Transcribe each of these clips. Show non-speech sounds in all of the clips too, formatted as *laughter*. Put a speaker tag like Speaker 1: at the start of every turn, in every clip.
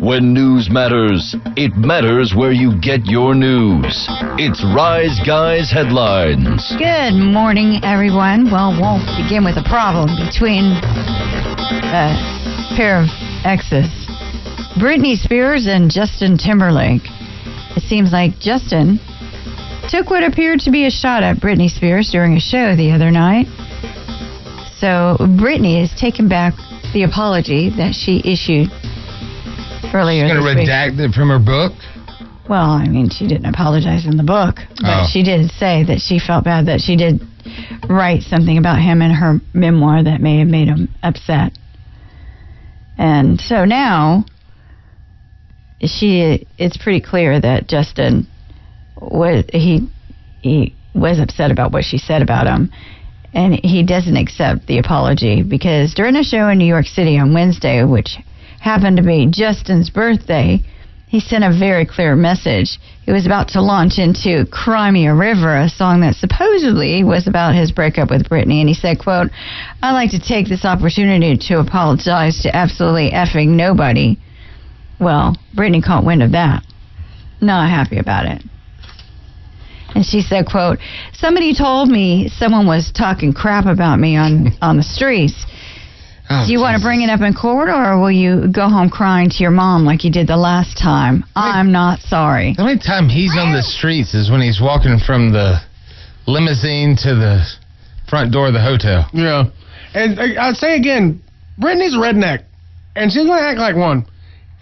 Speaker 1: When news matters, it matters where you get your news. It's Rise Guys headlines.
Speaker 2: Good morning, everyone. Well, we'll begin with a problem between a pair of exes Britney Spears and Justin Timberlake. It seems like Justin took what appeared to be a shot at Britney Spears during a show the other night. So, Britney has taken back the apology that she issued earlier
Speaker 3: She's going to
Speaker 2: this week.
Speaker 3: redact it from her book.
Speaker 2: Well, I mean, she didn't apologize in the book, but
Speaker 3: Oh.
Speaker 2: she did say that she felt bad that she did write something about him in her memoir that may have made him upset. And so now she it's pretty clear that Justin was he he was upset about what she said about him. And he doesn't accept the apology because during a show in New York City on Wednesday, which happened to be Justin's birthday, he sent a very clear message. He was about to launch into Cry Me a River, a song that supposedly was about his breakup with Britney, and he said, quote, I'd like to take this opportunity to apologize to absolutely effing nobody. Well, Britney caught wind of that. Not happy about it. And she said, quote, Somebody told me someone was talking crap about me
Speaker 3: *laughs*
Speaker 2: on, on the streets.
Speaker 3: Oh,
Speaker 2: Do you want to
Speaker 3: Jesus.
Speaker 2: bring it up in court or will you go home crying to your mom like you did the last time? I'm not sorry.
Speaker 3: The only time he's on the streets is when he's walking from the limousine to the front door of the hotel.
Speaker 4: Yeah. And I, I say again, Brittany's a redneck, and she's gonna act like one.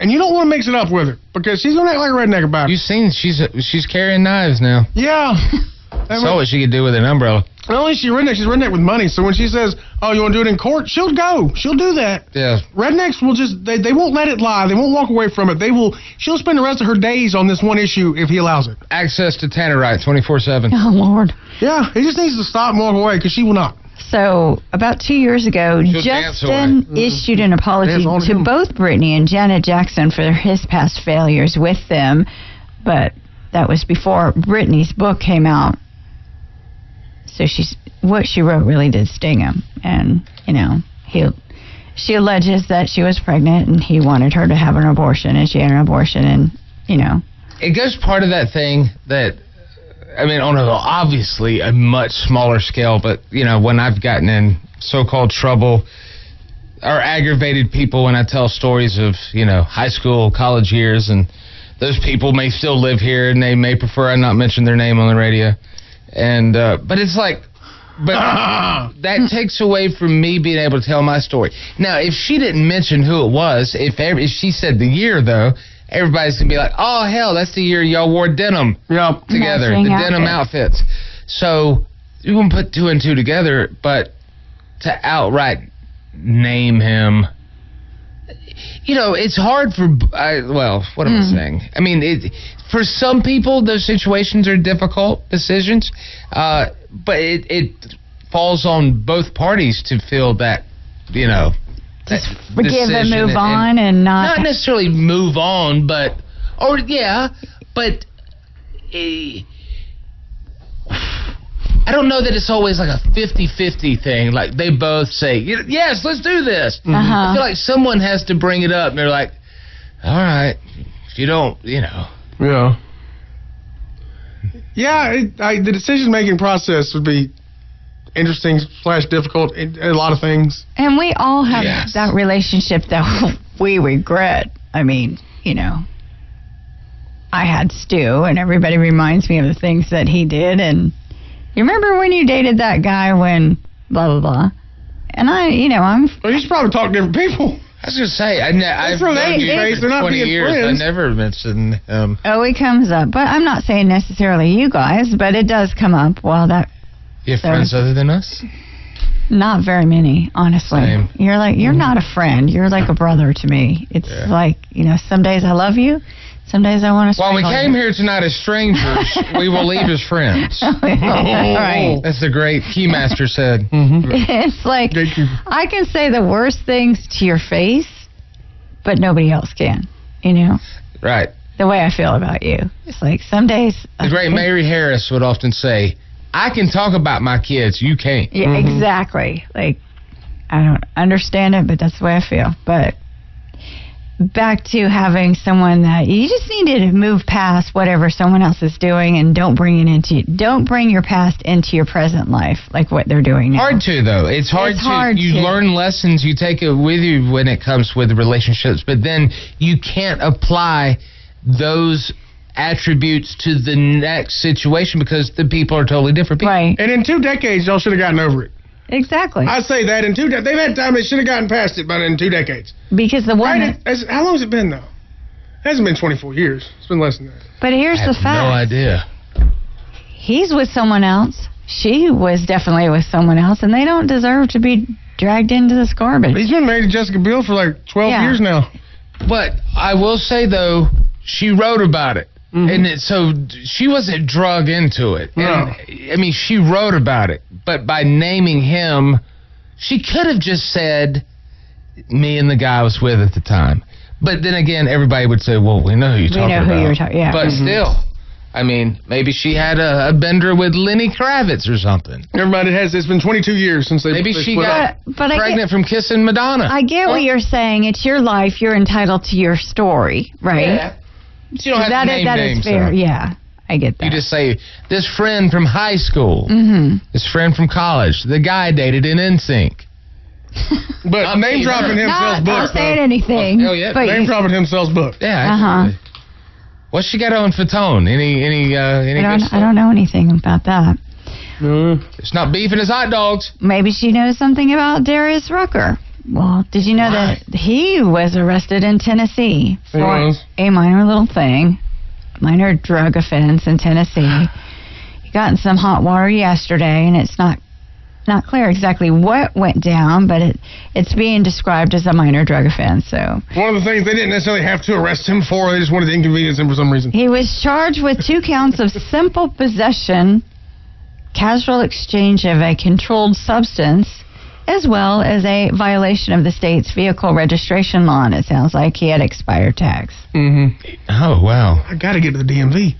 Speaker 4: And you don't want to mix it up with her because she's gonna act like a redneck about
Speaker 3: You
Speaker 4: it.
Speaker 3: seen she's she's carrying knives now.
Speaker 4: Yeah. *laughs*
Speaker 3: That's all what she could do with an umbrella.
Speaker 4: Not only is she redneck, she's redneck with money. So when she says, "Oh, you want to do it in court?" She'll go. She'll do that.
Speaker 3: Yeah.
Speaker 4: Rednecks will just they, they won't let it lie. They won't walk away from it. They will. She'll spend the rest of her days on this one issue if he allows it.
Speaker 3: Access to Tannerite 24 7.
Speaker 2: *laughs* Oh, Lord.
Speaker 4: Yeah. He just needs to stop and walk away because she will not.
Speaker 2: So, about two years ago,
Speaker 3: She'll dance
Speaker 2: Justin issued an apology
Speaker 4: Mm-hmm. Dance on
Speaker 2: to
Speaker 4: him.
Speaker 2: both Britney and Janet Jackson for his past failures with them, but that was before Britney's book came out. So she's what she wrote really did sting him, and you know he. She alleges that she was pregnant and he wanted her to have an abortion, and she had an abortion, and you know
Speaker 3: It goes part of that thing that, I mean, on a, obviously a much smaller scale, but, you know, when I've gotten in so called trouble or aggravated people when I tell stories of, you know, high school, college years, and those people may still live here and they may prefer I not mention their name on the radio. And, uh, but it's like, but that takes away from me being able to tell my story. Now, if she didn't mention who it was, if every, if she said the year though, everybody's gonna be like, "Oh hell, that's the year y'all wore denim
Speaker 4: Yeah.
Speaker 3: together,
Speaker 2: Matching
Speaker 3: the denim outfits." So you can put two and two together, but to outright name him, you know, it's hard for. I, well, what am I saying? I mean, it for some people those situations are difficult decisions, uh, but it it falls on both parties to feel that, you know.
Speaker 2: just
Speaker 3: that
Speaker 2: forgive and
Speaker 3: decision
Speaker 2: move on and not.
Speaker 3: not necessarily move on, but or yeah, but eh, I don't know that it's always like a 50-50 thing. Like they both say, "Y- "Yes, let's do this." I feel like someone has to bring it up, and they're like, "All right, if you don't, you know."
Speaker 4: Yeah. Yeah, it, I, the decision making process would be interesting slash difficult. in a lot of things.
Speaker 2: And we all have
Speaker 3: Yes.
Speaker 2: that relationship that we regret. I mean, you know, I had Stu, and everybody reminds me of the things that he did. And you remember when you dated that guy when blah blah blah. And I, you know, I'm
Speaker 4: Well, you should probably talk to different people.
Speaker 3: I was gonna say, I ne- I've
Speaker 4: from
Speaker 3: known
Speaker 4: that
Speaker 3: you
Speaker 4: phase,
Speaker 3: for
Speaker 4: they're not
Speaker 3: 20
Speaker 4: being
Speaker 3: years.
Speaker 4: friends.
Speaker 3: I never mentioned um, him.
Speaker 2: oh, it comes up, but I'm not saying necessarily you guys, but it does come up. Well, that
Speaker 3: You have friends other than us?
Speaker 2: not very many, honestly.
Speaker 3: Same.
Speaker 2: You're like you're not a friend. You're like a brother to me. It's
Speaker 3: Yeah.
Speaker 2: like you know, some days I love you, some days I want to.
Speaker 3: Well, we came here tonight as strangers.
Speaker 2: *laughs*
Speaker 3: we will leave as friends.
Speaker 2: Oh,
Speaker 3: Oh.
Speaker 2: right. Mm-hmm.
Speaker 3: That's the great Keymaster said.
Speaker 2: It's like
Speaker 4: Gatekeeper.
Speaker 2: I can say the worst things to your face, but nobody else can. You know
Speaker 3: Right.
Speaker 2: the way I feel about you. It's like some days.
Speaker 3: The great Mary Harris would often say, I can talk about my kids, you can't.
Speaker 2: Yeah, exactly. Like I don't understand it, but that's the way I feel. But back to having someone that you just need to move past whatever someone else is doing and don't bring it into don't bring your past into your present life like what they're doing now.
Speaker 3: Hard to though. It's hard
Speaker 2: It's
Speaker 3: to.
Speaker 2: hard
Speaker 3: you
Speaker 2: to.
Speaker 3: learn lessons. You take it with you when it comes with relationships, but then you can't apply those attributes to the next situation because the people are totally different. People.
Speaker 2: Right.
Speaker 4: And in two decades, y'all should have gotten over it.
Speaker 2: Exactly.
Speaker 4: I say that in two. De- they've had time they should have gotten past it, but in two decades.
Speaker 2: because the
Speaker 4: Right?
Speaker 2: one that-
Speaker 4: It's- how long has it been though? It hasn't been 24 years. It's been less than that.
Speaker 2: but here's
Speaker 3: I
Speaker 2: the
Speaker 3: have
Speaker 2: fact.
Speaker 3: no idea.
Speaker 2: He's with someone else. She was definitely with someone else and they don't deserve to be dragged into this garbage.
Speaker 4: He's been married to Jessica Biel for like 12
Speaker 2: Yeah.
Speaker 4: years now.
Speaker 3: But I will say though, she wrote about it, and it, so d- she wasn't drug into it.
Speaker 4: Mm-hmm. No.
Speaker 3: And, I mean, she wrote about it, but by naming him, she could have just said, "Me and the guy I was with at the time." But then again, everybody would say, "Well, we know who you're
Speaker 2: We
Speaker 3: talking
Speaker 2: know who
Speaker 3: about."
Speaker 2: you're talking- yeah. Mm-hmm.
Speaker 3: But still, I mean, maybe she had a, a bender with Lenny Kravitz or something.
Speaker 4: Everybody has. It's been 22 years since they.
Speaker 3: Maybe
Speaker 4: they
Speaker 3: she
Speaker 4: split up.
Speaker 3: got
Speaker 2: But- but I get-
Speaker 3: pregnant from kissing Madonna.
Speaker 2: I get what you're saying. It's your life. You're entitled to your story, right?
Speaker 3: Yeah. She don't have
Speaker 2: That
Speaker 3: to
Speaker 2: is
Speaker 3: name
Speaker 2: that is
Speaker 3: names,
Speaker 2: fair.
Speaker 3: though.
Speaker 2: Yeah, I get that. Mm-hmm.
Speaker 3: You just say this friend from high school, this friend from college, the guy I dated in NSYNC.
Speaker 4: But
Speaker 3: Not
Speaker 4: name
Speaker 3: me,
Speaker 4: dropping
Speaker 3: her.
Speaker 4: himself's
Speaker 2: not,
Speaker 4: book.
Speaker 2: not saying
Speaker 4: though.
Speaker 2: anything.
Speaker 3: Oh, hell yeah.
Speaker 2: But
Speaker 3: They
Speaker 4: Name
Speaker 2: you-
Speaker 4: dropping himself book.
Speaker 3: Yeah.
Speaker 2: Uh-huh.
Speaker 3: absolutely. What's she got on Fatone? Any any uh, any
Speaker 2: I
Speaker 3: good
Speaker 2: don't.
Speaker 3: stuff?
Speaker 2: I don't know anything about that.
Speaker 4: Mm-hmm.
Speaker 3: It's not beef and it's hot dogs.
Speaker 2: Maybe she knows something about Darius Rucker. Well, did you know that he was arrested in Tennessee for
Speaker 4: was.
Speaker 2: a minor little thing, minor drug offense in Tennessee? He got in some hot water yesterday, and it's not not clear exactly what went down, but it it's being described as a minor drug offense. So
Speaker 4: One of the things they didn't necessarily have to arrest him for. They just wanted to inconvenience him for some reason.
Speaker 2: He was charged with two counts of simple possession, casual exchange of a controlled substance, as well as a violation of the state's vehicle registration law. And it sounds like he had expired tax.
Speaker 3: Oh wow.
Speaker 4: I gotta get to the DMV.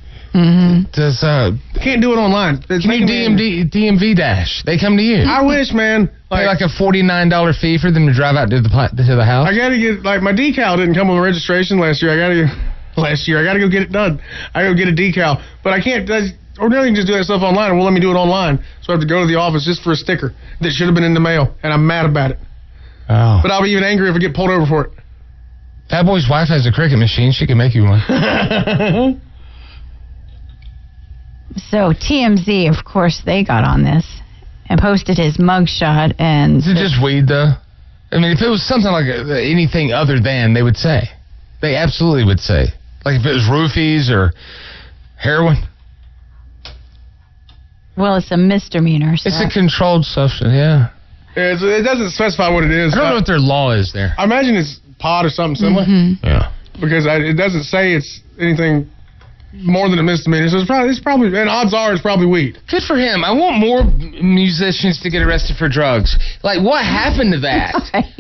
Speaker 3: Does uh
Speaker 4: Can't do it online. It's
Speaker 3: new
Speaker 4: making me-
Speaker 3: DMD DMV dash? They come to you.
Speaker 4: I wish, man.
Speaker 3: Pay
Speaker 4: Like,
Speaker 3: like a forty nine dollar fee for them to drive out to the pla- to the house.
Speaker 4: I gotta get like my decal didn't come with registration last year. I gotta last year. I gotta go *laughs* get it done. I gotta go get a decal, but I can't. That's, ordinarily, you can just do that stuff online. It won't let me do it online, so I have to go to the office just for a sticker that should have been in the mail, and I'm mad about it.
Speaker 3: oh.
Speaker 4: But I'll be even angrier if I get pulled over for it.
Speaker 3: Fat Boy's wife has a cricket machine. She can make you
Speaker 4: *laughs*
Speaker 3: one.
Speaker 2: So TMZ, of course, they got on this and posted his mugshot and
Speaker 3: Is it just weed, though? I mean, if it was something like uh, anything other than, they would say. They absolutely would say. Like if it was roofies or heroin, *laughs*
Speaker 2: well, it's a misdemeanor. So
Speaker 3: it's a controlled substance. Yeah,
Speaker 4: It's, it doesn't specify what it is.
Speaker 3: I don't know what their law is there.
Speaker 4: I imagine it's pot or something similar
Speaker 3: Yeah,
Speaker 4: because I, it doesn't say it's anything more than a misdemeanor. So it's probably, it's probably, and odds are it's probably weed.
Speaker 3: good for him. I want more musicians to get arrested for drugs. Like, what happened to that?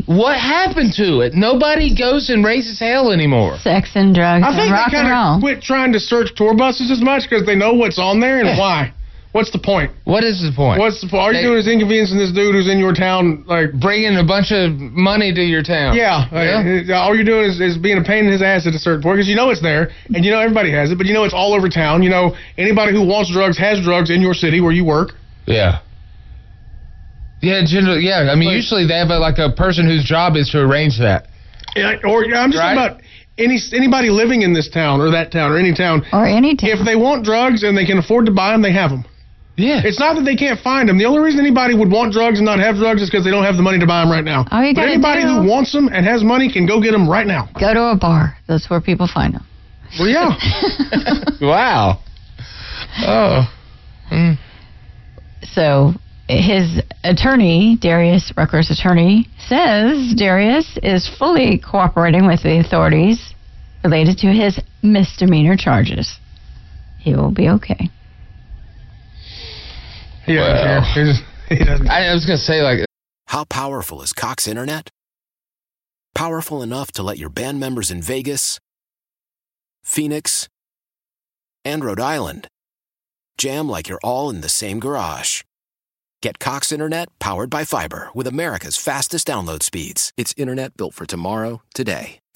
Speaker 3: What happened to it? Nobody goes and raises hell anymore.
Speaker 2: sex and drugs
Speaker 4: I
Speaker 2: and
Speaker 4: think
Speaker 2: rock
Speaker 4: they
Speaker 2: and
Speaker 4: kind
Speaker 2: roll.
Speaker 4: of quit trying to search tour buses as much because they know what's on there and
Speaker 3: Yeah.
Speaker 4: why. What's the point?
Speaker 3: What is the point?
Speaker 4: What's the point? All you're
Speaker 3: They-
Speaker 4: doing is inconveniencing this dude who's in your town. Like,
Speaker 3: bringing a bunch of money to your town?
Speaker 4: yeah, like, uh, all you're doing is, is being a pain in his ass at a certain point because you know it's there and you know everybody has it, but you know it's all over town. You know anybody who wants drugs has drugs in your city where you work.
Speaker 3: Yeah. Yeah, generally, yeah. I mean, usually they have a, like a person whose job is to arrange that.
Speaker 4: Yeah, or yeah, I'm just
Speaker 3: Right.
Speaker 4: talking about any anybody living in this town or that town or any town.
Speaker 2: or any town.
Speaker 4: If they want drugs and they can afford to buy them, they have them.
Speaker 3: Yeah.
Speaker 4: It's not that they can't find them. The only reason anybody would want drugs and not have drugs is because they don't have the money to buy them right now.
Speaker 2: All you
Speaker 4: but
Speaker 2: gotta
Speaker 4: anybody
Speaker 2: do-
Speaker 4: who wants them and has money can go get them right now.
Speaker 2: Go to a bar. That's where people find them.
Speaker 4: Well,
Speaker 2: *laughs*
Speaker 4: yeah.
Speaker 3: wow. Oh.
Speaker 2: So his attorney, Darius Rucker's attorney, says Darius is fully cooperating with the authorities related to his misdemeanor charges. He will be okay.
Speaker 4: yeah.
Speaker 3: Wow.
Speaker 4: yeah. He just- *laughs* he doesn't-
Speaker 3: I, I was gonna say like
Speaker 5: How powerful is Cox Internet? Powerful enough to let your band members in Vegas, Phoenix, and Rhode Island jam like you're all in the same garage. Get Cox Internet powered by fiber with America's fastest download speeds. It's internet built for tomorrow, today.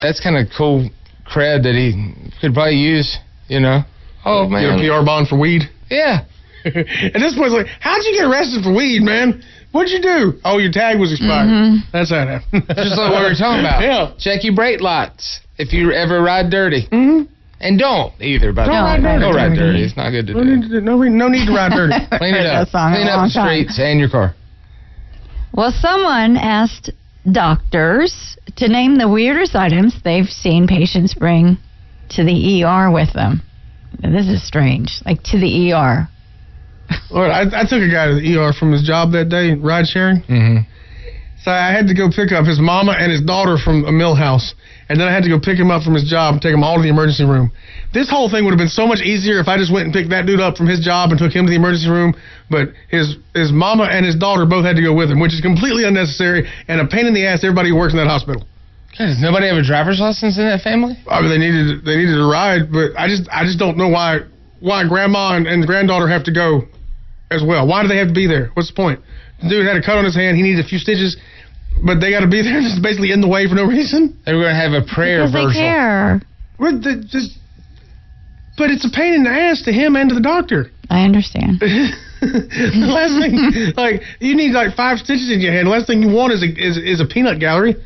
Speaker 3: that's kind of cool cred that he could probably use. You know.
Speaker 4: Get
Speaker 3: Oh
Speaker 4: a
Speaker 3: man.
Speaker 4: PR bond for weed.
Speaker 3: Yeah.
Speaker 4: *laughs* At this point, it's like, how'd you get arrested for weed, man? What'd you do? Oh, your tag was expired.
Speaker 2: Mm-hmm.
Speaker 4: That's how it happened.
Speaker 3: Just like what we were talking
Speaker 2: *laughs*
Speaker 3: about.
Speaker 4: *laughs* Yeah.
Speaker 3: Check your brake lights if you ever ride dirty. Mm-hmm. And don't either, by the way.
Speaker 2: Don't ride dirty.
Speaker 3: Don't ride dirty. It's not good to
Speaker 4: No
Speaker 3: do.
Speaker 4: need to, no, re- no need to
Speaker 2: *laughs*
Speaker 4: ride
Speaker 3: *laughs*
Speaker 4: dirty.
Speaker 3: Clean it
Speaker 2: Heard that
Speaker 3: up.
Speaker 2: song a
Speaker 3: Clean up
Speaker 2: long
Speaker 3: the
Speaker 2: time.
Speaker 3: streets and your car.
Speaker 2: Well, someone asked doctors to name the weirdest items they've seen patients bring to the ER with them. Now, This is strange. Like to the ER.
Speaker 4: Lord, I, I took a guy to the ER from his job that day, ride sharing.
Speaker 3: Mm-hmm.
Speaker 4: So I had to go pick up his mama and his daughter from a mill house. And then I had to go pick him up from his job and take him all to the emergency room. This whole thing would have been so much easier if I just went and picked that dude up from his job and took him to the emergency room. But his his mama and his daughter both had to go with him, which is completely unnecessary and a pain in the ass to everybody who works in that hospital.
Speaker 3: Does nobody have a driver's license in that family?
Speaker 4: I mean, they needed they needed a ride, but I just I just don't know why why grandma and, and granddaughter have to go as well. Why do they have to be there? What's the point? The dude had a cut on his hand. He needs a few stitches, but they got to be there. *laughs* Just basically in the way for no reason.
Speaker 3: They were going to have a prayer
Speaker 2: Because they
Speaker 3: verse.
Speaker 2: care.
Speaker 4: But the,
Speaker 3: *laughs*
Speaker 4: just, but it's a pain in the ass to him and to the doctor.
Speaker 2: I understand.
Speaker 4: *laughs* the last thing, like you need like five stitches in your hand. The last thing you want is a is, is a peanut gallery.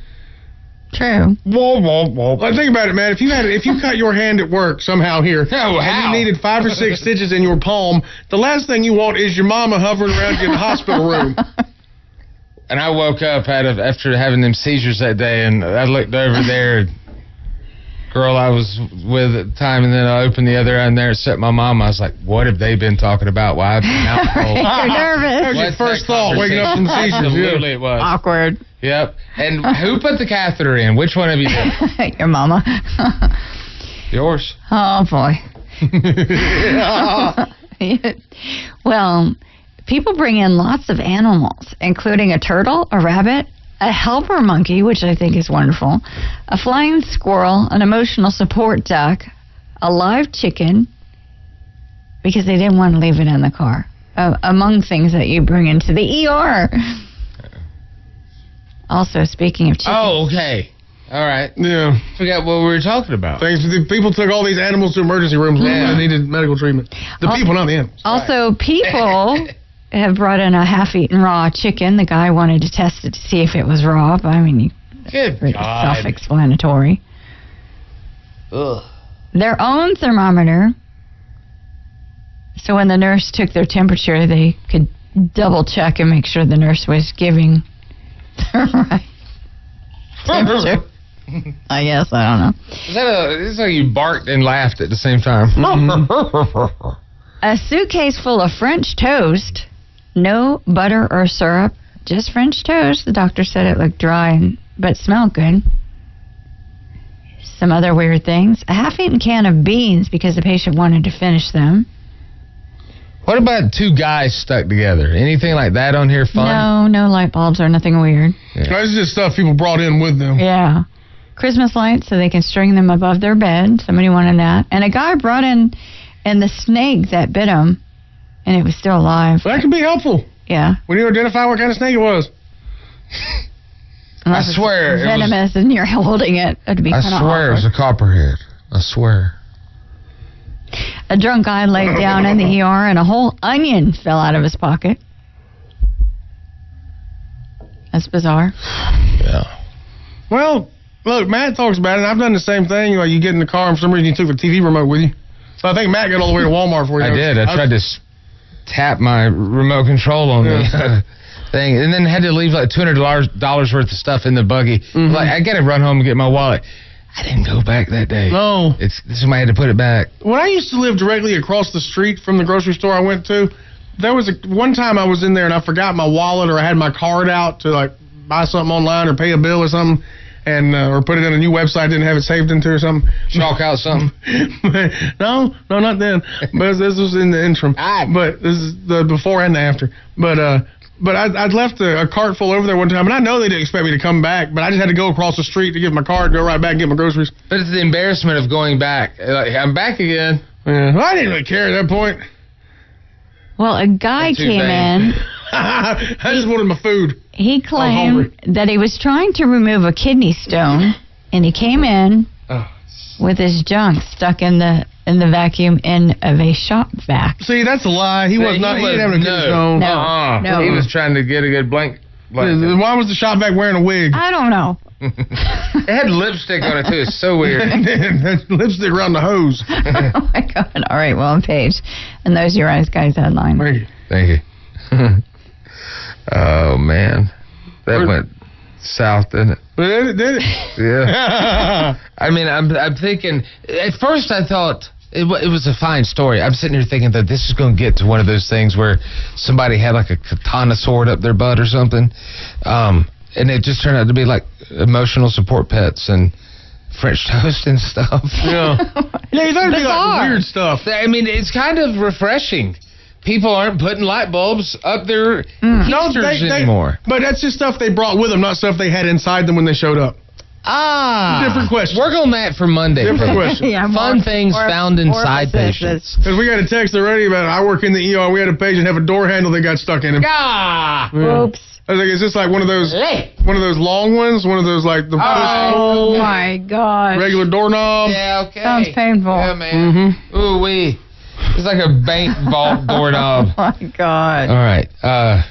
Speaker 2: True.
Speaker 3: Whoa, whoa, whoa.
Speaker 4: Well, think about it, man. If you had, if you cut your hand at work somehow here,
Speaker 3: Oh, how?
Speaker 4: and you needed five or
Speaker 3: *laughs*
Speaker 4: six stitches in your palm, the last thing you want is your mama hovering around you in the hospital
Speaker 3: *laughs*
Speaker 4: room.
Speaker 3: And I woke up out of after having them seizures that day, and I looked over there. and Girl, I was with at the time, and then I opened the other end there and set my mom. I was like, "What have they been talking about? Why I've been out
Speaker 4: *laughs*
Speaker 3: the whole
Speaker 2: You're nervous.
Speaker 4: That was your
Speaker 3: What's
Speaker 4: first
Speaker 3: that
Speaker 4: thought, waking up from
Speaker 3: conversation?
Speaker 4: seizures. yeah.
Speaker 3: Absolutely, it was.
Speaker 2: Awkward.
Speaker 3: Yep. And who put the catheter in? Which one
Speaker 4: *laughs*
Speaker 3: of you did?
Speaker 2: Your mama.
Speaker 3: Yours.
Speaker 2: oh boy. *laughs* well, people bring in lots of animals, including a turtle, a rabbit, a helper monkey, which I think is wonderful, a flying squirrel, an emotional support duck, a live chicken, because they didn't want to leave it in the car. Uh, among things that you bring into the ER. Also, speaking of chickens,
Speaker 3: *laughs* Oh, okay. All right.
Speaker 4: Yeah.
Speaker 3: Forgot what we were talking about.
Speaker 4: Things the people took all these animals to emergency rooms when they needed medical treatment. The
Speaker 2: Oh.
Speaker 4: people, not the animals.
Speaker 2: also
Speaker 4: *laughs*
Speaker 2: people have brought in a half-eaten raw chicken. The guy wanted to test it to see if it was raw. But I mean, you-
Speaker 3: Good
Speaker 2: pretty
Speaker 3: God.
Speaker 2: self-explanatory.
Speaker 3: Ugh.
Speaker 2: Their own thermometer. So when the nurse took their temperature, they could double check and make sure the nurse was giving *laughs* the
Speaker 4: *laughs*
Speaker 2: right temperature. I guess I don't know.
Speaker 3: Is that a, it's like you barked and laughed at the same time. *laughs*
Speaker 2: A suitcase full of French toast, no butter or syrup, just French toast. The doctor said it looked dry and, but smelled good. Some other weird things. A half eaten can of beans because the patient wanted to finish them.
Speaker 3: what about two guys stuck together? Anything like that on here fun?
Speaker 2: No, no light bulbs or nothing weird.
Speaker 4: That's just stuff people brought in with them.
Speaker 2: Yeah. Christmas lights so they can string them above their bed. Somebody wanted that. And a guy brought in and the snake that bit him and it was still alive.
Speaker 4: But that can be helpful.
Speaker 2: Yeah.
Speaker 4: We need to identify what kind of snake it was.
Speaker 2: Unless
Speaker 3: I
Speaker 2: it's
Speaker 3: swear it was-
Speaker 2: venomous and you're holding it. It'd be
Speaker 3: I
Speaker 2: kinda
Speaker 3: swear it was
Speaker 2: awkward.
Speaker 3: a copperhead. I swear.
Speaker 2: A drunk guy
Speaker 3: *laughs*
Speaker 2: laid down in the ER and a whole onion fell out of his pocket. That's bizarre.
Speaker 3: Yeah.
Speaker 4: Well, look, Matt talks about it. I've done the same thing. Like you get in the car and for some reason you took the TV remote with you. So I think Matt got all the way to Walmart for you.
Speaker 3: I did. I tried to s- tap my remote control on the *laughs* thing, and then had to leave like two hundred dollars worth of stuff in the buggy.
Speaker 4: Mm-hmm.
Speaker 3: Like I gotta run home and get my wallet. I didn't go back that day.
Speaker 4: No.
Speaker 3: it's somebody had to put it back.
Speaker 4: When I used to live directly across the street from the grocery store I went to, there was a one time I was in there and I forgot my wallet or I had my card out to like buy something online or pay a bill or something, and uh, or put it in a new website I didn't have it saved into or something.
Speaker 3: *laughs* Chalk out something.
Speaker 4: *laughs* no, no, not then. But this was in the
Speaker 3: *laughs*
Speaker 4: interim. But this is the before and the after. But uh, but I I left a, a cart full over there one time, and I know they didn't expect me to come back, but I just had to go across the street to give my card, go right back and get my groceries.
Speaker 3: But it's the embarrassment of going back. Like I'm back again.
Speaker 4: Yeah, well, I didn't really care at that point.
Speaker 2: Well, a guy
Speaker 3: Not too
Speaker 2: came
Speaker 3: bad.
Speaker 2: in.
Speaker 4: I just wanted my food.
Speaker 2: He
Speaker 3: Oh,
Speaker 4: hungry.
Speaker 2: claimed that he was trying to remove a kidney stone, and he came in
Speaker 3: Oh.
Speaker 2: with his junk stuck in the in the vacuum end of a shop vac.
Speaker 4: See, that's a lie. He was not. He, didn't have a
Speaker 3: no,
Speaker 4: kidney stone.
Speaker 2: No.
Speaker 3: Uh-uh.
Speaker 2: No.
Speaker 3: He was trying to get a good blank. blanket.
Speaker 4: Why was the shop back wearing a wig?
Speaker 2: I don't know. *laughs*
Speaker 3: It had lipstick on it too. It's so weird.
Speaker 4: *laughs* Lipstick around the hose.
Speaker 2: oh my god! All right, well, I'm Paige, and those are your eyes, guys. Headline.
Speaker 3: Thank *laughs* you. oh man, that went south, didn't it?
Speaker 4: But it, did it.
Speaker 3: Yeah. *laughs* I mean, I'm I'm thinking. At first, I thought it, wa- it was a fine story. I'm sitting here thinking that this is going to get to one of those things where somebody had like a katana sword up their butt or something, um, and it just turned out to be like emotional support pets and French *laughs* toast and stuff.
Speaker 4: Yeah. yeah, you thought it'd be like
Speaker 2: Bizarre.
Speaker 4: weird stuff.
Speaker 3: I mean, it's kind of refreshing. People aren't putting light bulbs up their
Speaker 4: They-
Speaker 3: heaters
Speaker 4: Mm. they-
Speaker 3: anymore.
Speaker 4: But that's just stuff they brought with them, not stuff they had inside them when they showed up.
Speaker 3: Ah,
Speaker 4: Different question.
Speaker 3: Work on that for Monday. *laughs*
Speaker 4: Different
Speaker 3: please.
Speaker 4: question.
Speaker 2: Yeah,
Speaker 3: Fun
Speaker 2: more-
Speaker 3: things
Speaker 2: more-
Speaker 3: found
Speaker 2: more
Speaker 3: inside
Speaker 2: emphasis.
Speaker 3: patients.
Speaker 4: Because we got a text already about I work in the ER. We had a patient have a door handle that got stuck in him.
Speaker 3: Ah,
Speaker 2: Oops.
Speaker 4: I was like, is this like one of those one of those long ones? One of those like the
Speaker 2: Oh my god.
Speaker 4: regular doorknob? Mm-hmm.
Speaker 3: yeah, okay.
Speaker 2: Sounds painful.
Speaker 3: Yeah, man. Ooh wee. It's like a bank
Speaker 2: *laughs*
Speaker 3: vault doorknob.
Speaker 2: Oh my god.
Speaker 3: All right. Uh,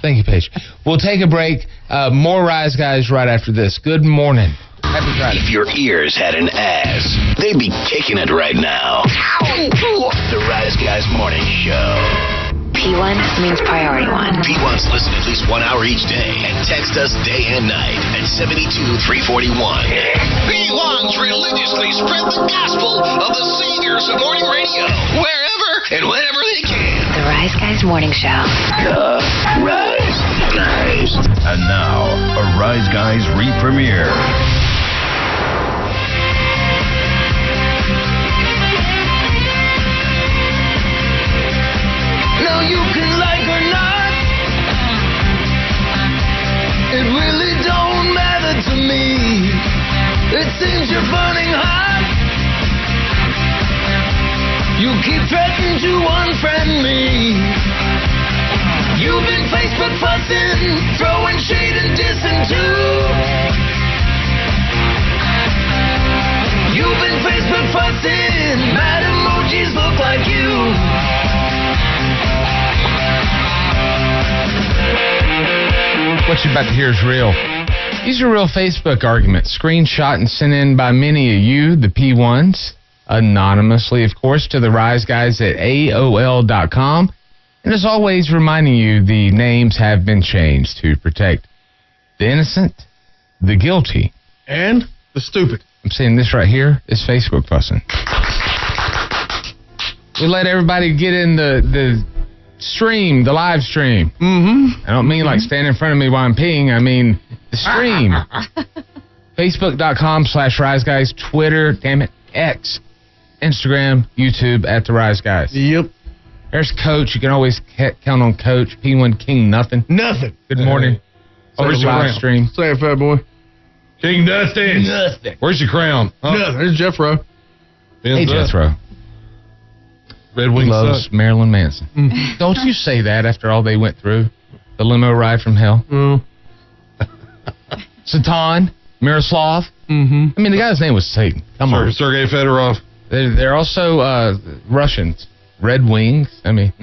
Speaker 3: thank you, Paige. We'll take a break. Uh, more Rise Guys right after this. Good morning. Happy Friday.
Speaker 6: If your ears had an ass, they'd be kicking it right now. The Rise Guys Morning Show.
Speaker 7: P1 means priority one.
Speaker 6: P1s listen at least one hour each day and text us day and night at 72341. P1s religiously spread the gospel of the saviors of morning radio wherever and whenever they can.
Speaker 7: The Rise Guys Morning Show.
Speaker 6: Rise Guys. And now, a Rise Guys re-premiere. Now you can like or not. It really don't matter to me. It seems you're burning hot.
Speaker 8: You keep threatening to unfriend me. You've been Facebook fussing, throwing shade and dissing too. You've been Facebook fussing, mad emojis look like you.
Speaker 3: What you're about to hear is real. These are real Facebook arguments, screenshot and sent in by many of you, the P1s, anonymously, of course, to the Rise Guys at AOL.com. And as always, reminding you the names have been changed to protect the innocent, the guilty, and the stupid. I'm saying this right here is Facebook fussing. We let everybody get in the, the stream, the live stream. Mm-hmm. I don't mean like stand in front of me while I'm peeing. I mean the *laughs* stream. Facebook.com slash Rise Guys, Twitter, damn it, X, Instagram, YouTube at The Rise Guys. Yep. There's Coach. You can always ca- count on Coach. P1 King nothing. Nothing. Good morning.
Speaker 4: Hey.
Speaker 3: Where's
Speaker 4: Say uh, it
Speaker 3: your live
Speaker 4: around.
Speaker 3: stream? Say it, fat boy. King nothing. Nothing. Where's your crown?
Speaker 4: Nothing. There's Jeffro.
Speaker 3: Hey, Jethro. Red Mm.
Speaker 4: Wing
Speaker 3: loves
Speaker 4: suck.
Speaker 3: Marilyn Manson. *laughs* Don't you say that after all they went through. The limo ride from hell. *laughs* Satan, Miroslav. Mm-hmm. I mean, the guy's name was Satan. Come on. Sergey Fedorov. They're, they're also uh, Russians. Red Wings. I mean, *laughs*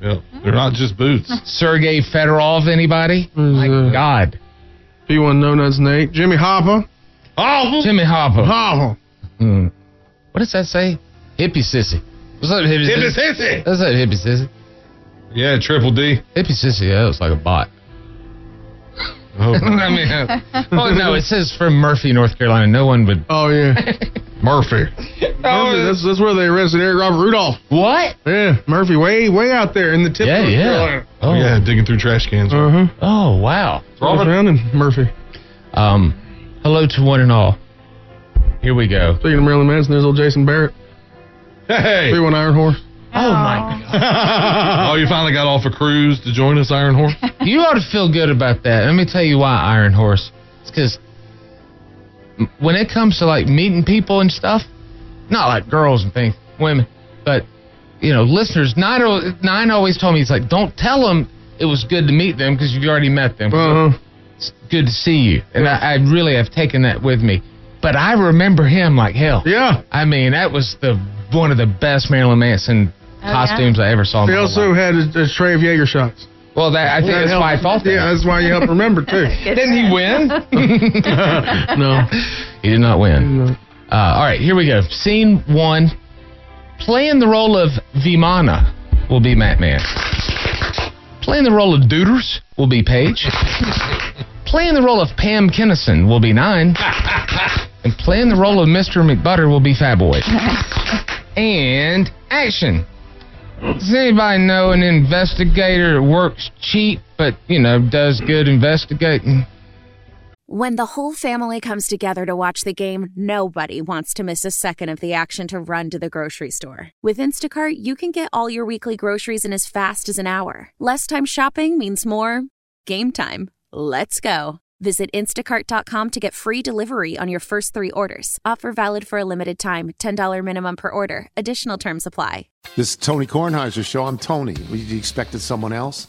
Speaker 3: yeah, they're not just *laughs* boots. Sergey Fedorov, anybody?
Speaker 4: Mm-hmm.
Speaker 3: My God.
Speaker 4: P1 No Nuts Nate. Jimmy Hopper.
Speaker 3: Hopper. Jimmy Hopper.
Speaker 4: Hopper.
Speaker 3: Hmm. What does that say? Hippie sissy. What's up, hippie,
Speaker 4: Hippie
Speaker 3: sissy? What's up, hippie sissy? Yeah, triple D. Hippie sissy. Yeah, that was like a bot. *laughs* I mean, uh, oh no, it says from Murphy, North Carolina. No one would.
Speaker 4: Oh, yeah.
Speaker 3: Murphy.
Speaker 4: Murphy, that's, that's where they arrested Eric Robert Rudolph.
Speaker 3: Oh. What?
Speaker 4: Yeah, Murphy, way, way out there in the tip.
Speaker 9: Yeah,
Speaker 4: of
Speaker 9: yeah. Oh, yeah, digging through trash cans.
Speaker 4: Uh huh.
Speaker 3: Oh wow.
Speaker 4: Robert around and Murphy.
Speaker 3: Um, hello to one
Speaker 4: *laughs*
Speaker 3: and all. Here we go.
Speaker 4: Speaking of Marilyn Manson, there's old Jason Barrett.
Speaker 9: Hey.
Speaker 4: P1 Iron Horse.
Speaker 3: Oh my
Speaker 9: oh, you finally got off a cruise to join us, Iron Horse?
Speaker 3: *laughs* You ought to feel good about that. Let me tell you why, Iron Horse. It's because when it comes to like meeting people and stuff, not like girls and things, women, but you know, listeners, nine, al- nine always told me, it's like, don't tell them it was good to meet them because you've already met them.
Speaker 4: Uh-huh.
Speaker 3: It's good to see you. And I, I really have taken that with me. But I remember him like hell. Yeah. I mean, that was the one of the best Marilyn Manson
Speaker 4: yeah?
Speaker 3: costumes I ever saw. in
Speaker 4: He
Speaker 3: my whole
Speaker 4: also had a, a tray of Jaeger shots.
Speaker 3: Well, that I think
Speaker 4: That
Speaker 3: that's
Speaker 4: helped.
Speaker 3: why I thought that.
Speaker 4: Yeah, that's why you *laughs* help remember too.
Speaker 3: Didn't he win? *laughs*
Speaker 4: no,
Speaker 3: he did not win. Uh, all right, here we go. Scene one. Playing the role of Vimana will be Matt Man. Playing the role of Duders will be Paige. playing the role of Pam Kinnison will be Nine. and playing the role of Mr. McButter will be Fatboy. and action. Does anybody know an investigator that works cheap but, you know, does good investigating?
Speaker 10: When the whole family comes together to watch the game, nobody wants to miss a second of the action to run to the grocery store. With Instacart, you can get all your weekly groceries in as fast as an hour. Less time shopping means more game time. Let's go. Visit instacart.com to get free delivery on your first three orders. Offer valid for a limited time $10 minimum per order. Additional terms apply.
Speaker 11: This is Tony Kornheiser's show. I'm Tony. You expected someone else?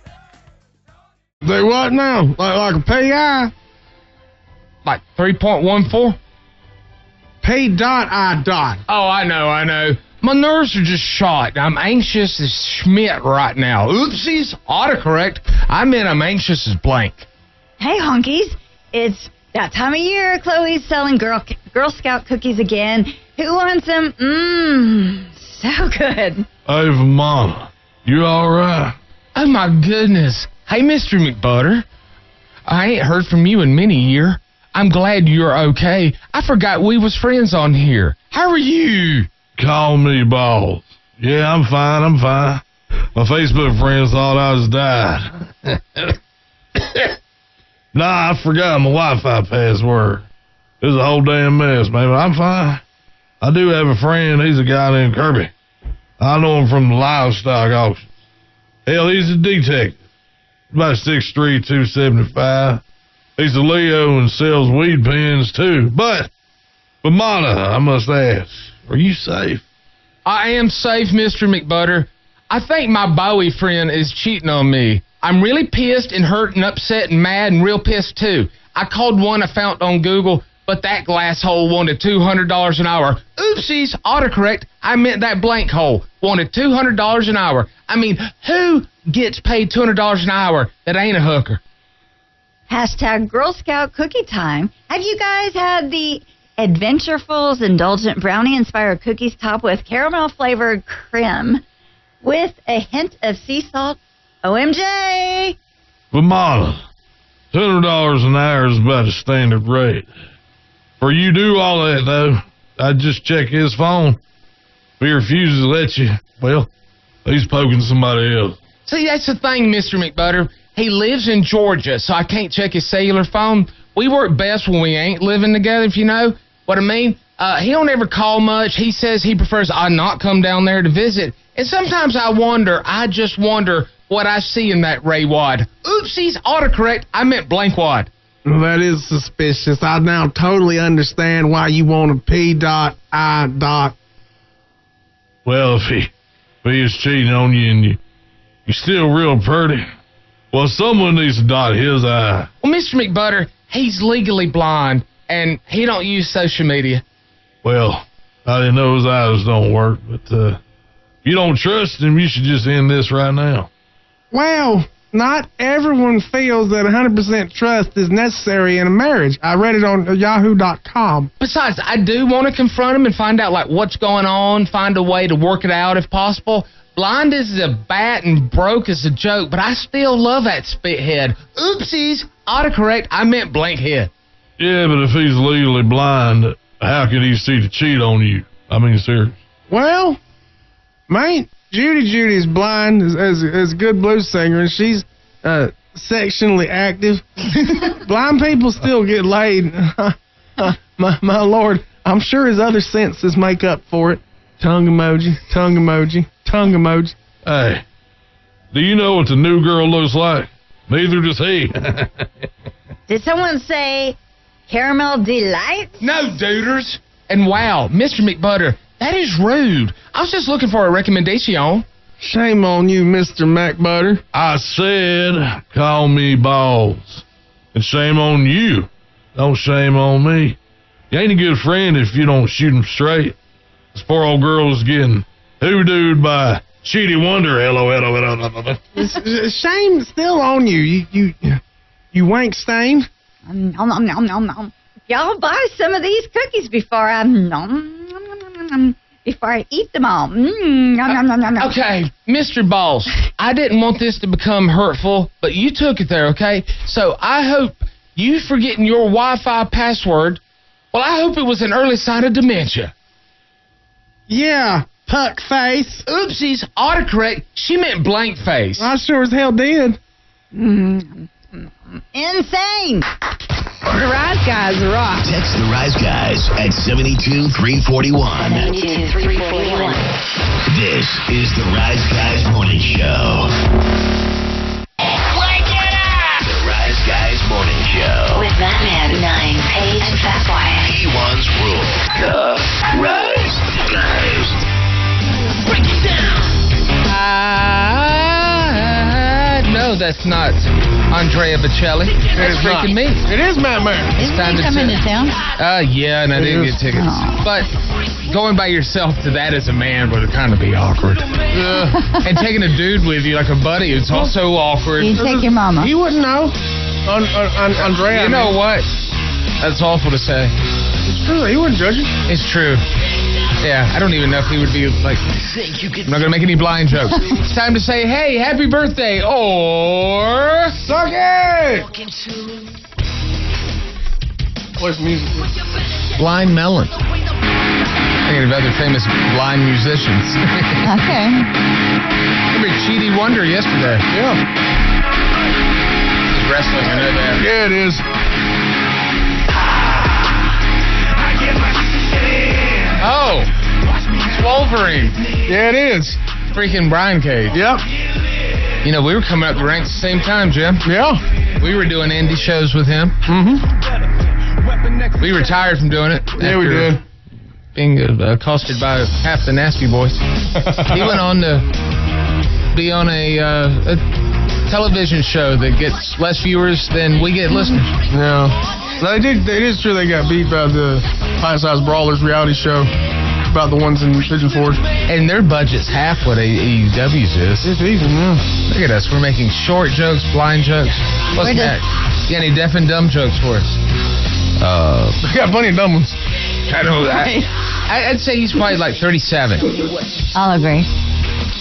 Speaker 4: They what now? Like like a PI?
Speaker 3: Like three point one four?
Speaker 4: Pay dot I dot.
Speaker 3: Oh, I know, I know. My nerves are just shot. I'm anxious as Schmidt right now. Oopsies, autocorrect. I meant I'm anxious as blank.
Speaker 12: Hey, honkies. It's that time of year. Chloe's selling Girl, Girl Scout cookies again. Who wants them? Mmm, so good.
Speaker 9: Over, Mama. You all right?
Speaker 3: Oh my goodness. Hey, Mr. McButter. I ain't heard from you in many year. I'm glad you're okay. I forgot we was friends on here. How are you?
Speaker 9: Call me boss. Yeah, I'm fine. I'm fine. My Facebook friends thought I was died. *coughs* nah, I forgot my Wi-Fi password. It was a whole damn mess, man. But I'm fine. I do have a friend. He's a guy named Kirby. I know him from the livestock auction. Hell, he's a detective. About 6'3", 275. He's a Leo and sells weed pens too. But, but Mana, I must ask, are you safe?
Speaker 3: I am safe, Mr. McButter. I think my Bowie friend is cheating on me. I'm really pissed and hurt and upset and mad and real pissed too. I called one I found on Google, but that glasshole wanted $200 an hour. Oopsies, autocorrect. I meant that blank hole. Wanted $200 an hour. I mean, who gets paid $200 an hour that ain't a hooker?
Speaker 12: Hashtag Girl Scout cookie time. Have you guys had the Adventurefuls Indulgent Brownie Inspired Cookies topped with caramel flavored creme with a hint of sea salt? OMJ!
Speaker 9: But Mama, two hundred dollars an hour is about a standard rate. For you do all that though, I just check his phone. If he refuses to let you, well, he's poking somebody else.
Speaker 3: See, that's the thing, Mr. McButter. He lives in Georgia, so I can't check his cellular phone. We work best when we ain't living together, if you know what I mean. Uh, he don't ever call much. He says he prefers I not come down there to visit. And sometimes I wonder, I just wonder what I see in that Ray Wad. Oopsies, autocorrect. I meant blank wad.
Speaker 4: That is suspicious. I now totally understand why you want a P dot I dot.
Speaker 9: Well, if he, if he is cheating on you and you, you're still real pretty, well, someone needs to dot his I.
Speaker 3: Well, Mr. McButter, he's legally blind and he don't use social media.
Speaker 9: Well, I didn't know his eyes don't work, but uh, if you don't trust him, you should just end this right now.
Speaker 4: Well, not everyone feels that 100% trust is necessary in a marriage. I read it on yahoo.com.
Speaker 3: Besides, I do want to confront him and find out like what's going on, find a way to work it out if possible. Blind as a bat and broke as a joke, but I still love that spithead. Oopsies, autocorrect. I meant blank head.
Speaker 9: Yeah, but if he's legally blind, how can he see to cheat on you? I mean, serious.
Speaker 4: Well, mate, Judy Judy's blind as, as, as a good blues singer, and she's uh, sectionally active. *laughs* blind people still get laid. *laughs* my, my lord, I'm sure his other senses make up for it. Tongue emoji, tongue emoji, tongue emoji.
Speaker 9: Hey, do you know what the new girl looks like? Neither does he.
Speaker 12: Did someone say caramel delight?
Speaker 3: No, duders. And wow, Mr. McButter, that is rude. I was just looking for a recommendation.
Speaker 4: Shame on you, Mr. McButter.
Speaker 9: I said, call me balls. And shame on you. Don't shame on me. You ain't a good friend if you don't shoot 'em straight. This poor old girl's getting hoodooed by Cheaty Wonder. LOL.
Speaker 4: It's- it's Shame still on you. You you you wank stain.
Speaker 12: Nom, nom, nom, nom, nom. Y'all buy some of these cookies before I nom, nom, nom, nom, nom, before I eat them all. Mm, nom, nom, nom, nom, nom.
Speaker 3: Okay, Mr. Boss, I didn't want this to become hurtful, but you took it there, okay? So I hope you forgetting your Wi Fi password. Well, I hope it was an early sign of dementia.
Speaker 4: Yeah, puck face.
Speaker 3: Oopsies, autocorrect. She meant blank face.
Speaker 4: *laughs* I sure as hell did.
Speaker 12: Mm, Insane. The Rise Guys rock.
Speaker 6: Text the Rise Guys at 72341.
Speaker 7: 72341.
Speaker 6: This is the Rise Guys Morning Show.
Speaker 8: Wake it up!
Speaker 6: The Rise Guys Morning Show.
Speaker 7: With Matt Man, Nine, Page, and Fat Wyatt.
Speaker 6: P1's rule. The Rise Guys. Break it down.
Speaker 3: I no, that's not Andrea Bocelli. That's
Speaker 4: It's
Speaker 3: freaking me.
Speaker 4: It is Matt Mayer.
Speaker 3: It's time to
Speaker 2: coming to
Speaker 3: check.
Speaker 2: town?
Speaker 3: Uh, yeah, and I didn't get tickets. But going by yourself to that as a man would kind of be awkward. Yeah.
Speaker 12: *laughs*
Speaker 3: and taking a dude with you like a buddy, it's also awkward.
Speaker 2: You take your mama.
Speaker 4: You wouldn't know. On, on, on Andrea.
Speaker 3: You know what? That's awful to say.
Speaker 4: True, he wouldn't judge you.
Speaker 3: It's true. Yeah, I don't even know if he would be like.
Speaker 6: Think you can
Speaker 3: I'm not gonna make any blind jokes. it's time to say, hey, happy birthday, or
Speaker 4: Suck it!
Speaker 6: into
Speaker 4: Where's music?
Speaker 3: Blind Melon. Thinking of other famous blind musicians.
Speaker 4: *laughs*
Speaker 2: Okay.
Speaker 3: Remember Cheaty Wonder yesterday? Yeah. This is wrestling, I know that.
Speaker 4: Yeah, it is.
Speaker 3: Oh, it's Wolverine.
Speaker 4: Yeah, it is.
Speaker 3: Freaking Brian Cage.
Speaker 4: Yep.
Speaker 3: You know, we were coming up the ranks at the same time, Jim.
Speaker 4: Yeah.
Speaker 3: We were doing indie shows with him.
Speaker 4: Mm-hmm.
Speaker 3: We retired from doing it.
Speaker 4: Yeah, we
Speaker 3: after
Speaker 4: did.
Speaker 3: Being uh, accosted by half the Nasty
Speaker 4: *laughs*
Speaker 3: Boys. he went on to be on a, uh, a television show that gets less viewers than we get listeners.
Speaker 4: Yeah. They did, it is true they got beat by the Pint Size Brawlers reality show about the ones in Pigeon Forge.
Speaker 3: And their budget's half what AEW's is.
Speaker 4: It's even, yeah.
Speaker 3: Look at us. We're making short jokes, blind jokes. What's
Speaker 4: We're just-
Speaker 3: next? You got any deaf and dumb jokes for us? Uh,
Speaker 4: They got plenty of dumb ones.
Speaker 3: I know that. I- I'd say he's probably like 37.
Speaker 2: I'll agree.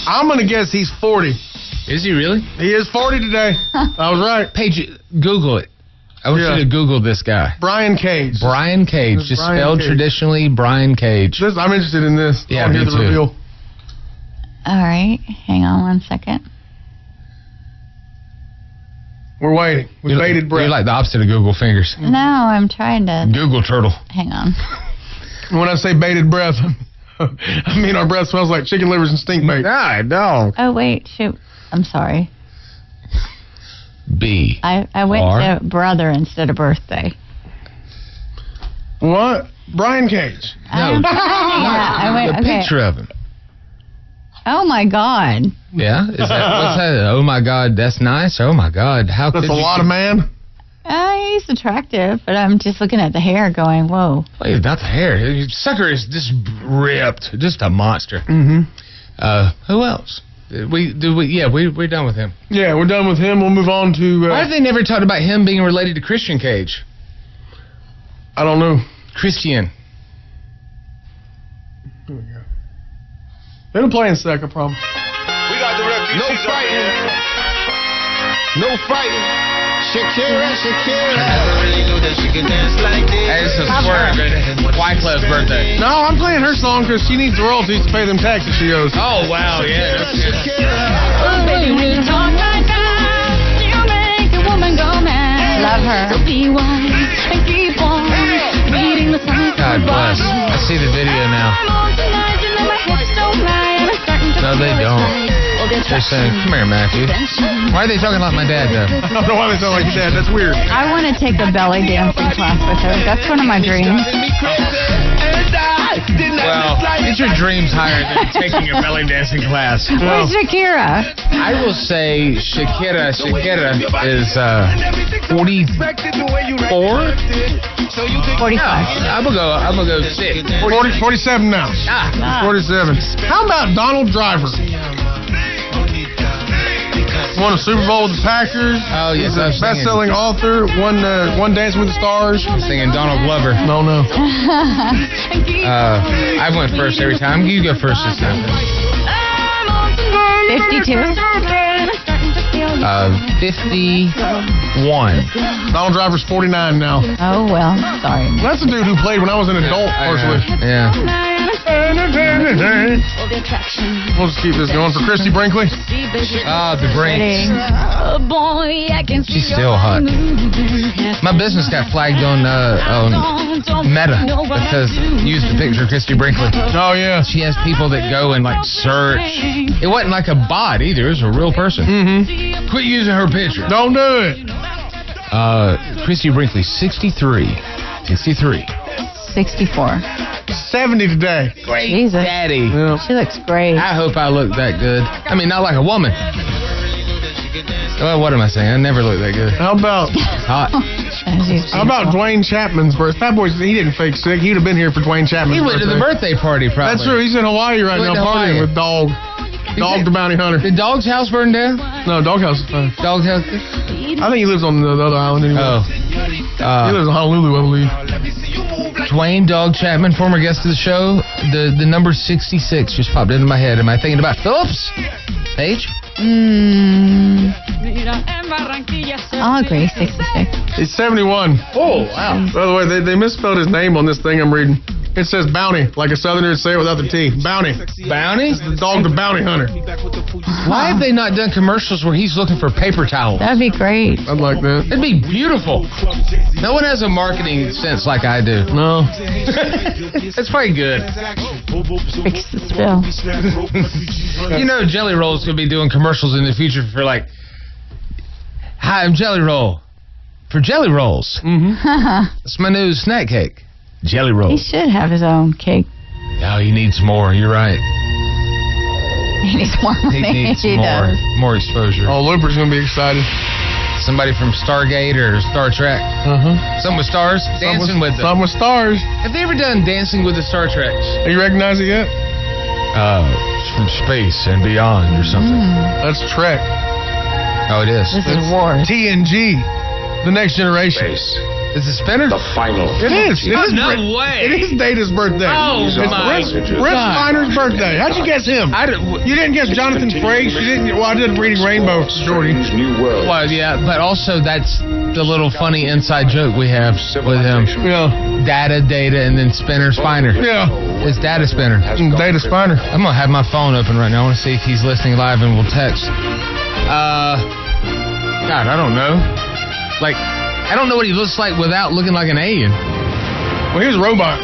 Speaker 4: I'm going to guess he's 40.
Speaker 3: Is he really?
Speaker 4: He is 40
Speaker 3: *laughs*
Speaker 4: today. I was right.
Speaker 3: Paige, Google it. I want
Speaker 4: Yeah.
Speaker 3: you to Google this guy.
Speaker 4: Brian Cage.
Speaker 3: Brian Cage,
Speaker 4: It's
Speaker 3: just
Speaker 4: Brian
Speaker 3: spelled
Speaker 4: Cage.
Speaker 3: traditionally Brian Cage.
Speaker 4: This, I'm interested in this.
Speaker 3: Yeah,
Speaker 4: I wanna
Speaker 3: me
Speaker 4: hear the
Speaker 3: too.
Speaker 4: reveal.
Speaker 2: All right. Hang on one second.
Speaker 4: We're waiting with bated breath.
Speaker 3: You're like the opposite of Google fingers.
Speaker 2: No, I'm trying to.
Speaker 3: Google turtle.
Speaker 2: Hang on.
Speaker 4: When I say bated breath, *laughs* I mean our breath smells like chicken livers and stink bait.
Speaker 3: Nah, no.
Speaker 2: Oh, wait. Shoot. I'm sorry.
Speaker 3: B.
Speaker 2: I, I went
Speaker 3: Are?
Speaker 2: to brother instead of birthday.
Speaker 4: What? Brian Cage.
Speaker 2: I'm- Um, *laughs* yeah, I went.
Speaker 3: A
Speaker 2: okay.
Speaker 3: picture of him.
Speaker 2: Oh my God.
Speaker 3: Yeah? Is that, what's that? Oh my God, that's nice. Oh my God, how
Speaker 4: That's
Speaker 3: could
Speaker 4: a
Speaker 3: you-
Speaker 4: lot of man.
Speaker 2: Uh, he's attractive, but I'm just looking at the hair, going, "Whoa."
Speaker 3: Wait, not the hair. You Sucker is just ripped, just a monster.
Speaker 4: Mm-hmm.
Speaker 3: Uh, who else? Did We do we? Yeah, we we're done with him.
Speaker 4: Yeah, we're done with him. We'll move on to.
Speaker 3: Why
Speaker 4: Uh,
Speaker 3: have they never talked about him being related to Christian Cage?
Speaker 4: I don't know.
Speaker 3: Christian.
Speaker 4: Here we go. They're playing second, I promise.
Speaker 8: No fighting. No fighting. Shakira, Shakira. I never really knew that she could dance like this.
Speaker 3: Hey, this is Swerve and Wyclef's birthday.
Speaker 4: No, I'm playing her song because she needs royalties to pay them taxes she owes.
Speaker 3: Oh wow, yeah. that's good.
Speaker 8: Oh, baby, when you talk like that, you make a woman go mad.
Speaker 2: Love her.
Speaker 8: So be wise and keep on beating the time.
Speaker 3: God bless. I see the video now. No, they don't. They're saying, "Come here, Matthew." Why are they talking like my dad though?
Speaker 4: *laughs* I don't know why they sound like your dad. That's weird.
Speaker 2: I want to take a belly dancing class with her. That's one of my dreams.
Speaker 3: Well, get your dreams higher than taking a belly dancing class.
Speaker 2: Where's Shakira?
Speaker 3: I
Speaker 2: *laughs*
Speaker 3: will say Shakira. Shakira is uh, 44. Yeah, I'm gonna go. I'm gonna go six.
Speaker 8: *laughs*
Speaker 4: 40, 47 now.
Speaker 3: Ah,
Speaker 4: 47. How about Donald Driver? Won a Super Bowl with the Packers.
Speaker 3: Oh, yes,
Speaker 4: He's a
Speaker 3: I've seen
Speaker 4: best-selling author. Won uh, one Dancing with the Stars.
Speaker 3: singing Donald Glover.
Speaker 4: No, no.
Speaker 3: Uh, I went first every time. You go first this time.
Speaker 2: 52.
Speaker 3: Uh,
Speaker 4: Oh.
Speaker 3: 51.
Speaker 4: Donald Driver's 49 now.
Speaker 2: Oh well, sorry.
Speaker 4: That's a dude who played when I was an adult,
Speaker 3: I-
Speaker 4: personally.
Speaker 3: Yeah.
Speaker 4: We'll just keep this going for Christy Brinkley.
Speaker 3: Ah, the brain.
Speaker 8: Boy, I can
Speaker 3: She's still hot. My business got flagged on uh, on Meta because it used the picture of Christy Brinkley.
Speaker 4: Oh, yeah.
Speaker 3: She has people that go and like search. It wasn't like a bot either. It was a real person.
Speaker 4: Mm-hmm.
Speaker 3: Quit using her picture.
Speaker 4: Don't do it.
Speaker 3: Uh, Christy Brinkley, 63. 63.
Speaker 2: 64.
Speaker 4: 70 today.
Speaker 3: Great
Speaker 2: Jesus.
Speaker 3: daddy.
Speaker 4: Yeah.
Speaker 2: She looks great.
Speaker 3: I hope I look that good. I mean, not like a woman. Well, what am I saying? I never look that good.
Speaker 4: How about
Speaker 3: Hot.
Speaker 4: Oh. how about Dwayne Chapman's birth? That boy, he didn't fake sick. He'd have been here for Dwayne Chapman's
Speaker 3: He went to
Speaker 4: birthday.
Speaker 3: the birthday party, probably.
Speaker 4: That's true. He's in Hawaii right
Speaker 3: Went
Speaker 4: now
Speaker 3: to
Speaker 4: partying
Speaker 3: Hawaii.
Speaker 4: with Dog. Dog
Speaker 3: it-
Speaker 4: the Bounty Hunter.
Speaker 3: Did Dog's house burn down?
Speaker 4: No, Doghouse is fine.
Speaker 3: Dog's house?
Speaker 4: I think he lives on the, the other island anyway.
Speaker 3: Oh.
Speaker 4: he
Speaker 3: Uh,
Speaker 4: lives in Honolulu, I believe.
Speaker 3: Dwayne Dog Chapman, former guest of the show. The the number 66 just popped into my head. Am I thinking about Phillips? Paige?
Speaker 2: Mm, I'll agree. 66.
Speaker 4: He's 71. Oh, wow. By the way, they, they misspelled his name on this thing I'm reading. It says bounty, like a southerner would say it without the T. Bounty. Bounty? The dog, the bounty hunter.
Speaker 3: Why have they not done commercials where he's looking for paper towels?
Speaker 2: That'd be great.
Speaker 4: I'd like that.
Speaker 3: It'd be beautiful. No one has a marketing sense like I do.
Speaker 4: No.
Speaker 3: *laughs* That's probably good.
Speaker 2: Fix the spill.
Speaker 3: You know, Jelly Roll's going to be doing commercials in the future for like, Hi, I'm Jelly Roll. For Jelly Rolls. Mm-hmm. That's my new snack cake. Jelly
Speaker 2: he
Speaker 3: Rolls.
Speaker 2: should have his own cake. *laughs*
Speaker 3: Oh, he needs more. You're right.
Speaker 2: He needs more.
Speaker 3: *laughs* He
Speaker 2: *laughs*
Speaker 3: needs
Speaker 2: He
Speaker 3: more,
Speaker 2: does.
Speaker 4: *laughs*
Speaker 3: more exposure.
Speaker 4: Oh, Looper's going to be excited.
Speaker 3: Somebody from Stargate or Star Trek. Uh-huh. Some with stars. Dancing with, them.
Speaker 4: Some with stars.
Speaker 3: Have they ever done Dancing with the Star Treks?
Speaker 4: You recognize it yet?
Speaker 3: Uh, from space and beyond or something.
Speaker 2: Mm.
Speaker 4: That's Trek.
Speaker 3: Oh, it is.
Speaker 4: It's TNG. The next generation.
Speaker 3: Is it Spinner?
Speaker 4: The
Speaker 6: final.
Speaker 4: It is. It
Speaker 3: Oh,
Speaker 4: is
Speaker 3: no
Speaker 4: Brett-
Speaker 3: way.
Speaker 4: It is Data's birthday.
Speaker 3: Oh,
Speaker 4: it's
Speaker 3: my
Speaker 4: Brett,
Speaker 3: God.
Speaker 4: Brett Spiner's birthday. How'd you guess him?
Speaker 3: I didn't-
Speaker 4: you didn't guess Jonathan Frakes. You didn't. Well, I did Reading Rainbow for Jordy.
Speaker 6: New world.
Speaker 3: Well, yeah, but also that's the little funny inside joke we have with him.
Speaker 4: Yeah.
Speaker 3: Data, data, and then Spinner, Spiner.
Speaker 4: Yeah.
Speaker 3: It's Data Spinner.
Speaker 4: Data Spiner.
Speaker 3: I'm going to have my phone open right now. I want to see if he's listening live and will text. Uh, God, I don't know. Like, I don't know what he looks like without looking like an alien.
Speaker 4: Well, he was a robot.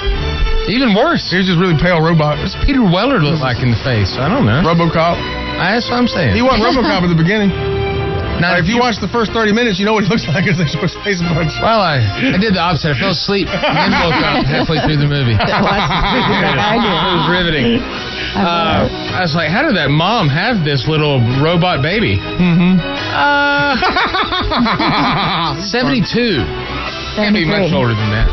Speaker 3: Even worse.
Speaker 4: He was just really pale robot.
Speaker 3: What's Peter Weller look like in the face? I don't know.
Speaker 4: RoboCop.
Speaker 3: That's what I'm saying.
Speaker 4: He wasn't RoboCop at the beginning.
Speaker 3: Now,
Speaker 4: Like, if you watch the first 30 minutes, you know what he looks like *laughs* as they show his face a bunch.
Speaker 3: Well, I, I did the opposite. I fell asleep and then woke up halfway through the
Speaker 2: *laughs*
Speaker 3: movie.
Speaker 2: That
Speaker 3: *laughs*
Speaker 2: was- I did.
Speaker 3: It was riveting. Uh, I was like, how did that mom have this little robot baby?
Speaker 4: Mm-hmm.
Speaker 3: Uh, 72. Can't be much
Speaker 2: 73.
Speaker 3: older than that.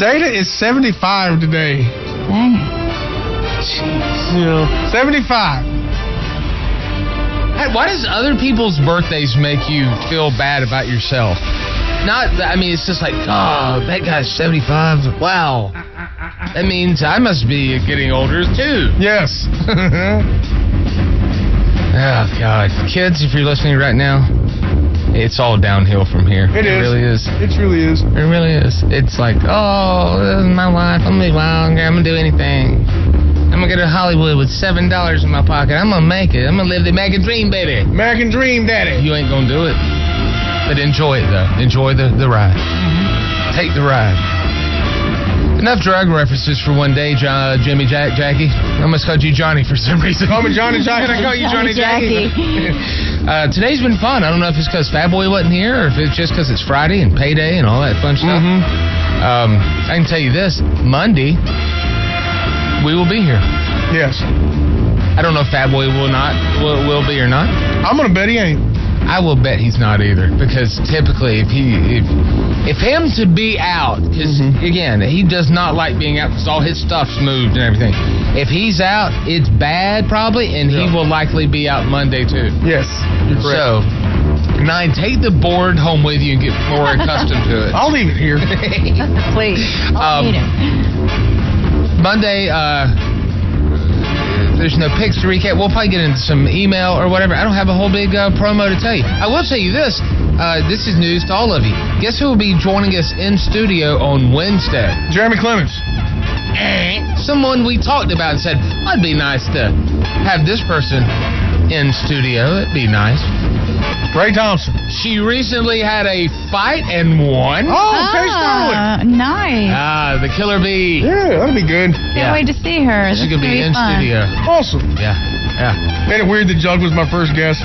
Speaker 4: Data is 75 today.
Speaker 2: Dang it. *laughs*
Speaker 4: Yeah. 75.
Speaker 3: Hey, why does other people's birthdays make you feel bad about yourself? Not, that- I mean, it's just like, oh, that guy's 75. Wow. That means I must be getting older too.
Speaker 4: Yes.
Speaker 3: *laughs* Oh God, kids, if you're listening right now, it's all downhill from here.
Speaker 4: It is.
Speaker 3: really is.
Speaker 4: It truly is.
Speaker 3: It really is. It's like, oh, this is my life. I'm gonna be longer. I'm gonna do anything. I'm gonna go to Hollywood with seven dollars in my pocket. I'm gonna make it. I'm gonna live the Mac and dream, baby.
Speaker 4: American Dream Daddy.
Speaker 3: You ain't gonna do it. But enjoy it though. Enjoy the the ride.
Speaker 4: Mm-hmm.
Speaker 3: Take the ride. Enough drug references for one day, jo- Jimmy Jack, Jackie. I almost called you Johnny for some reason.
Speaker 4: Call me Johnny
Speaker 3: *laughs*
Speaker 4: Jack. I call you Johnny
Speaker 2: *laughs* Johnny
Speaker 4: *laughs* Jackie.
Speaker 3: Uh, today's been fun. I don't know if it's because Fat Boy wasn't here or if it's just because it's Friday and payday and all that fun stuff.
Speaker 4: Mm-hmm.
Speaker 3: Um, I can tell you this Monday, we will be here.
Speaker 4: Yes.
Speaker 3: I don't know if Fat Boy will not will, will be or not.
Speaker 4: I'm gonna bet he ain't.
Speaker 3: I will bet he's not either because typically if he if if him to be out because
Speaker 4: Mm-hmm.
Speaker 3: again he does not like being out because all his stuff's moved and everything. If he's out, it's bad probably, and he will likely be out Monday too.
Speaker 4: Yes. You're correct.
Speaker 3: So, nine, take the board home with you and get more accustomed
Speaker 4: *laughs*
Speaker 3: to it.
Speaker 4: I'll leave it here.
Speaker 2: Please. I'll
Speaker 3: Um,
Speaker 2: need him.
Speaker 3: Monday, uh, there's no picks to recap. We'll probably get into some email or whatever. I don't have a whole big uh, promo to tell you. I will tell you this. Uh, this is news to all of you. Guess who will be joining us in studio on Wednesday?
Speaker 4: Jeremy Clemens.
Speaker 3: Someone we talked about and said, "It'd be nice to have this person in studio. It'd be nice."
Speaker 4: Ray Thompson.
Speaker 3: She recently had a fight and won.
Speaker 4: Oh, Terry Starwood.
Speaker 2: Ah, nice.
Speaker 3: Ah, the killer bee.
Speaker 4: Yeah, that'll be good.
Speaker 2: Can't
Speaker 3: yeah.
Speaker 2: wait to see her.
Speaker 3: She's
Speaker 2: This
Speaker 3: gonna be in
Speaker 2: fun.
Speaker 3: studio.
Speaker 4: Awesome.
Speaker 3: Yeah, yeah.
Speaker 4: Ain't it weird that Jug was my first guest?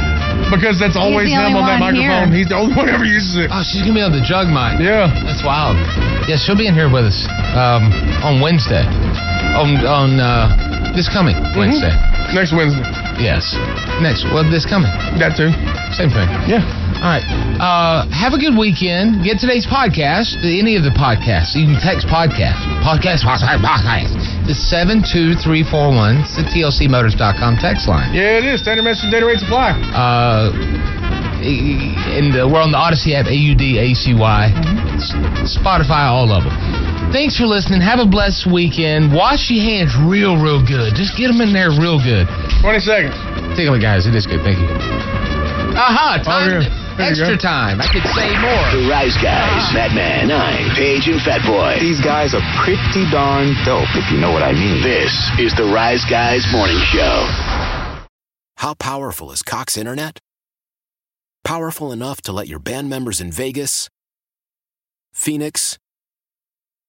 Speaker 4: Because that's always
Speaker 2: the
Speaker 4: him
Speaker 2: only
Speaker 4: on that
Speaker 2: one here.
Speaker 4: microphone. He's the only *laughs* one who ever uses it.
Speaker 3: Oh, she's gonna be on the jug mine.
Speaker 4: Yeah.
Speaker 3: That's wild. Yeah, she'll be in here with us um, on Wednesday. On on uh, this coming Wednesday.
Speaker 4: Mm-hmm. Next Wednesday.
Speaker 3: Yes. Next. Well, this coming.
Speaker 4: That too.
Speaker 3: Same thing.
Speaker 4: Yeah.
Speaker 3: All right. Uh, have a good weekend. Get today's podcast, any of the podcasts. You can text podcast, podcast, podcast, podcast. The 72341. It's the TLCmotors.com text line.
Speaker 4: Yeah, it is. Standard message data rate supply.
Speaker 3: Uh, and uh, we're on the Odyssey app, A-U-D-A-C-Y, S- Spotify, all of them. Thanks for listening. Have a blessed weekend. Wash your hands real, real good. Just get them in there real good.
Speaker 4: 20 seconds.
Speaker 3: Take a look, guys. It is good. Thank you. Aha, time, extra time. I could say more. Ah.
Speaker 6: The Rise Guys, Madman, Nine, Page, and Fatboy. These guys are pretty darn dope, if you know what I mean. This is the Rise Guys Morning Show.
Speaker 5: How powerful is Cox Internet? Powerful enough to let your band members in Vegas, Phoenix,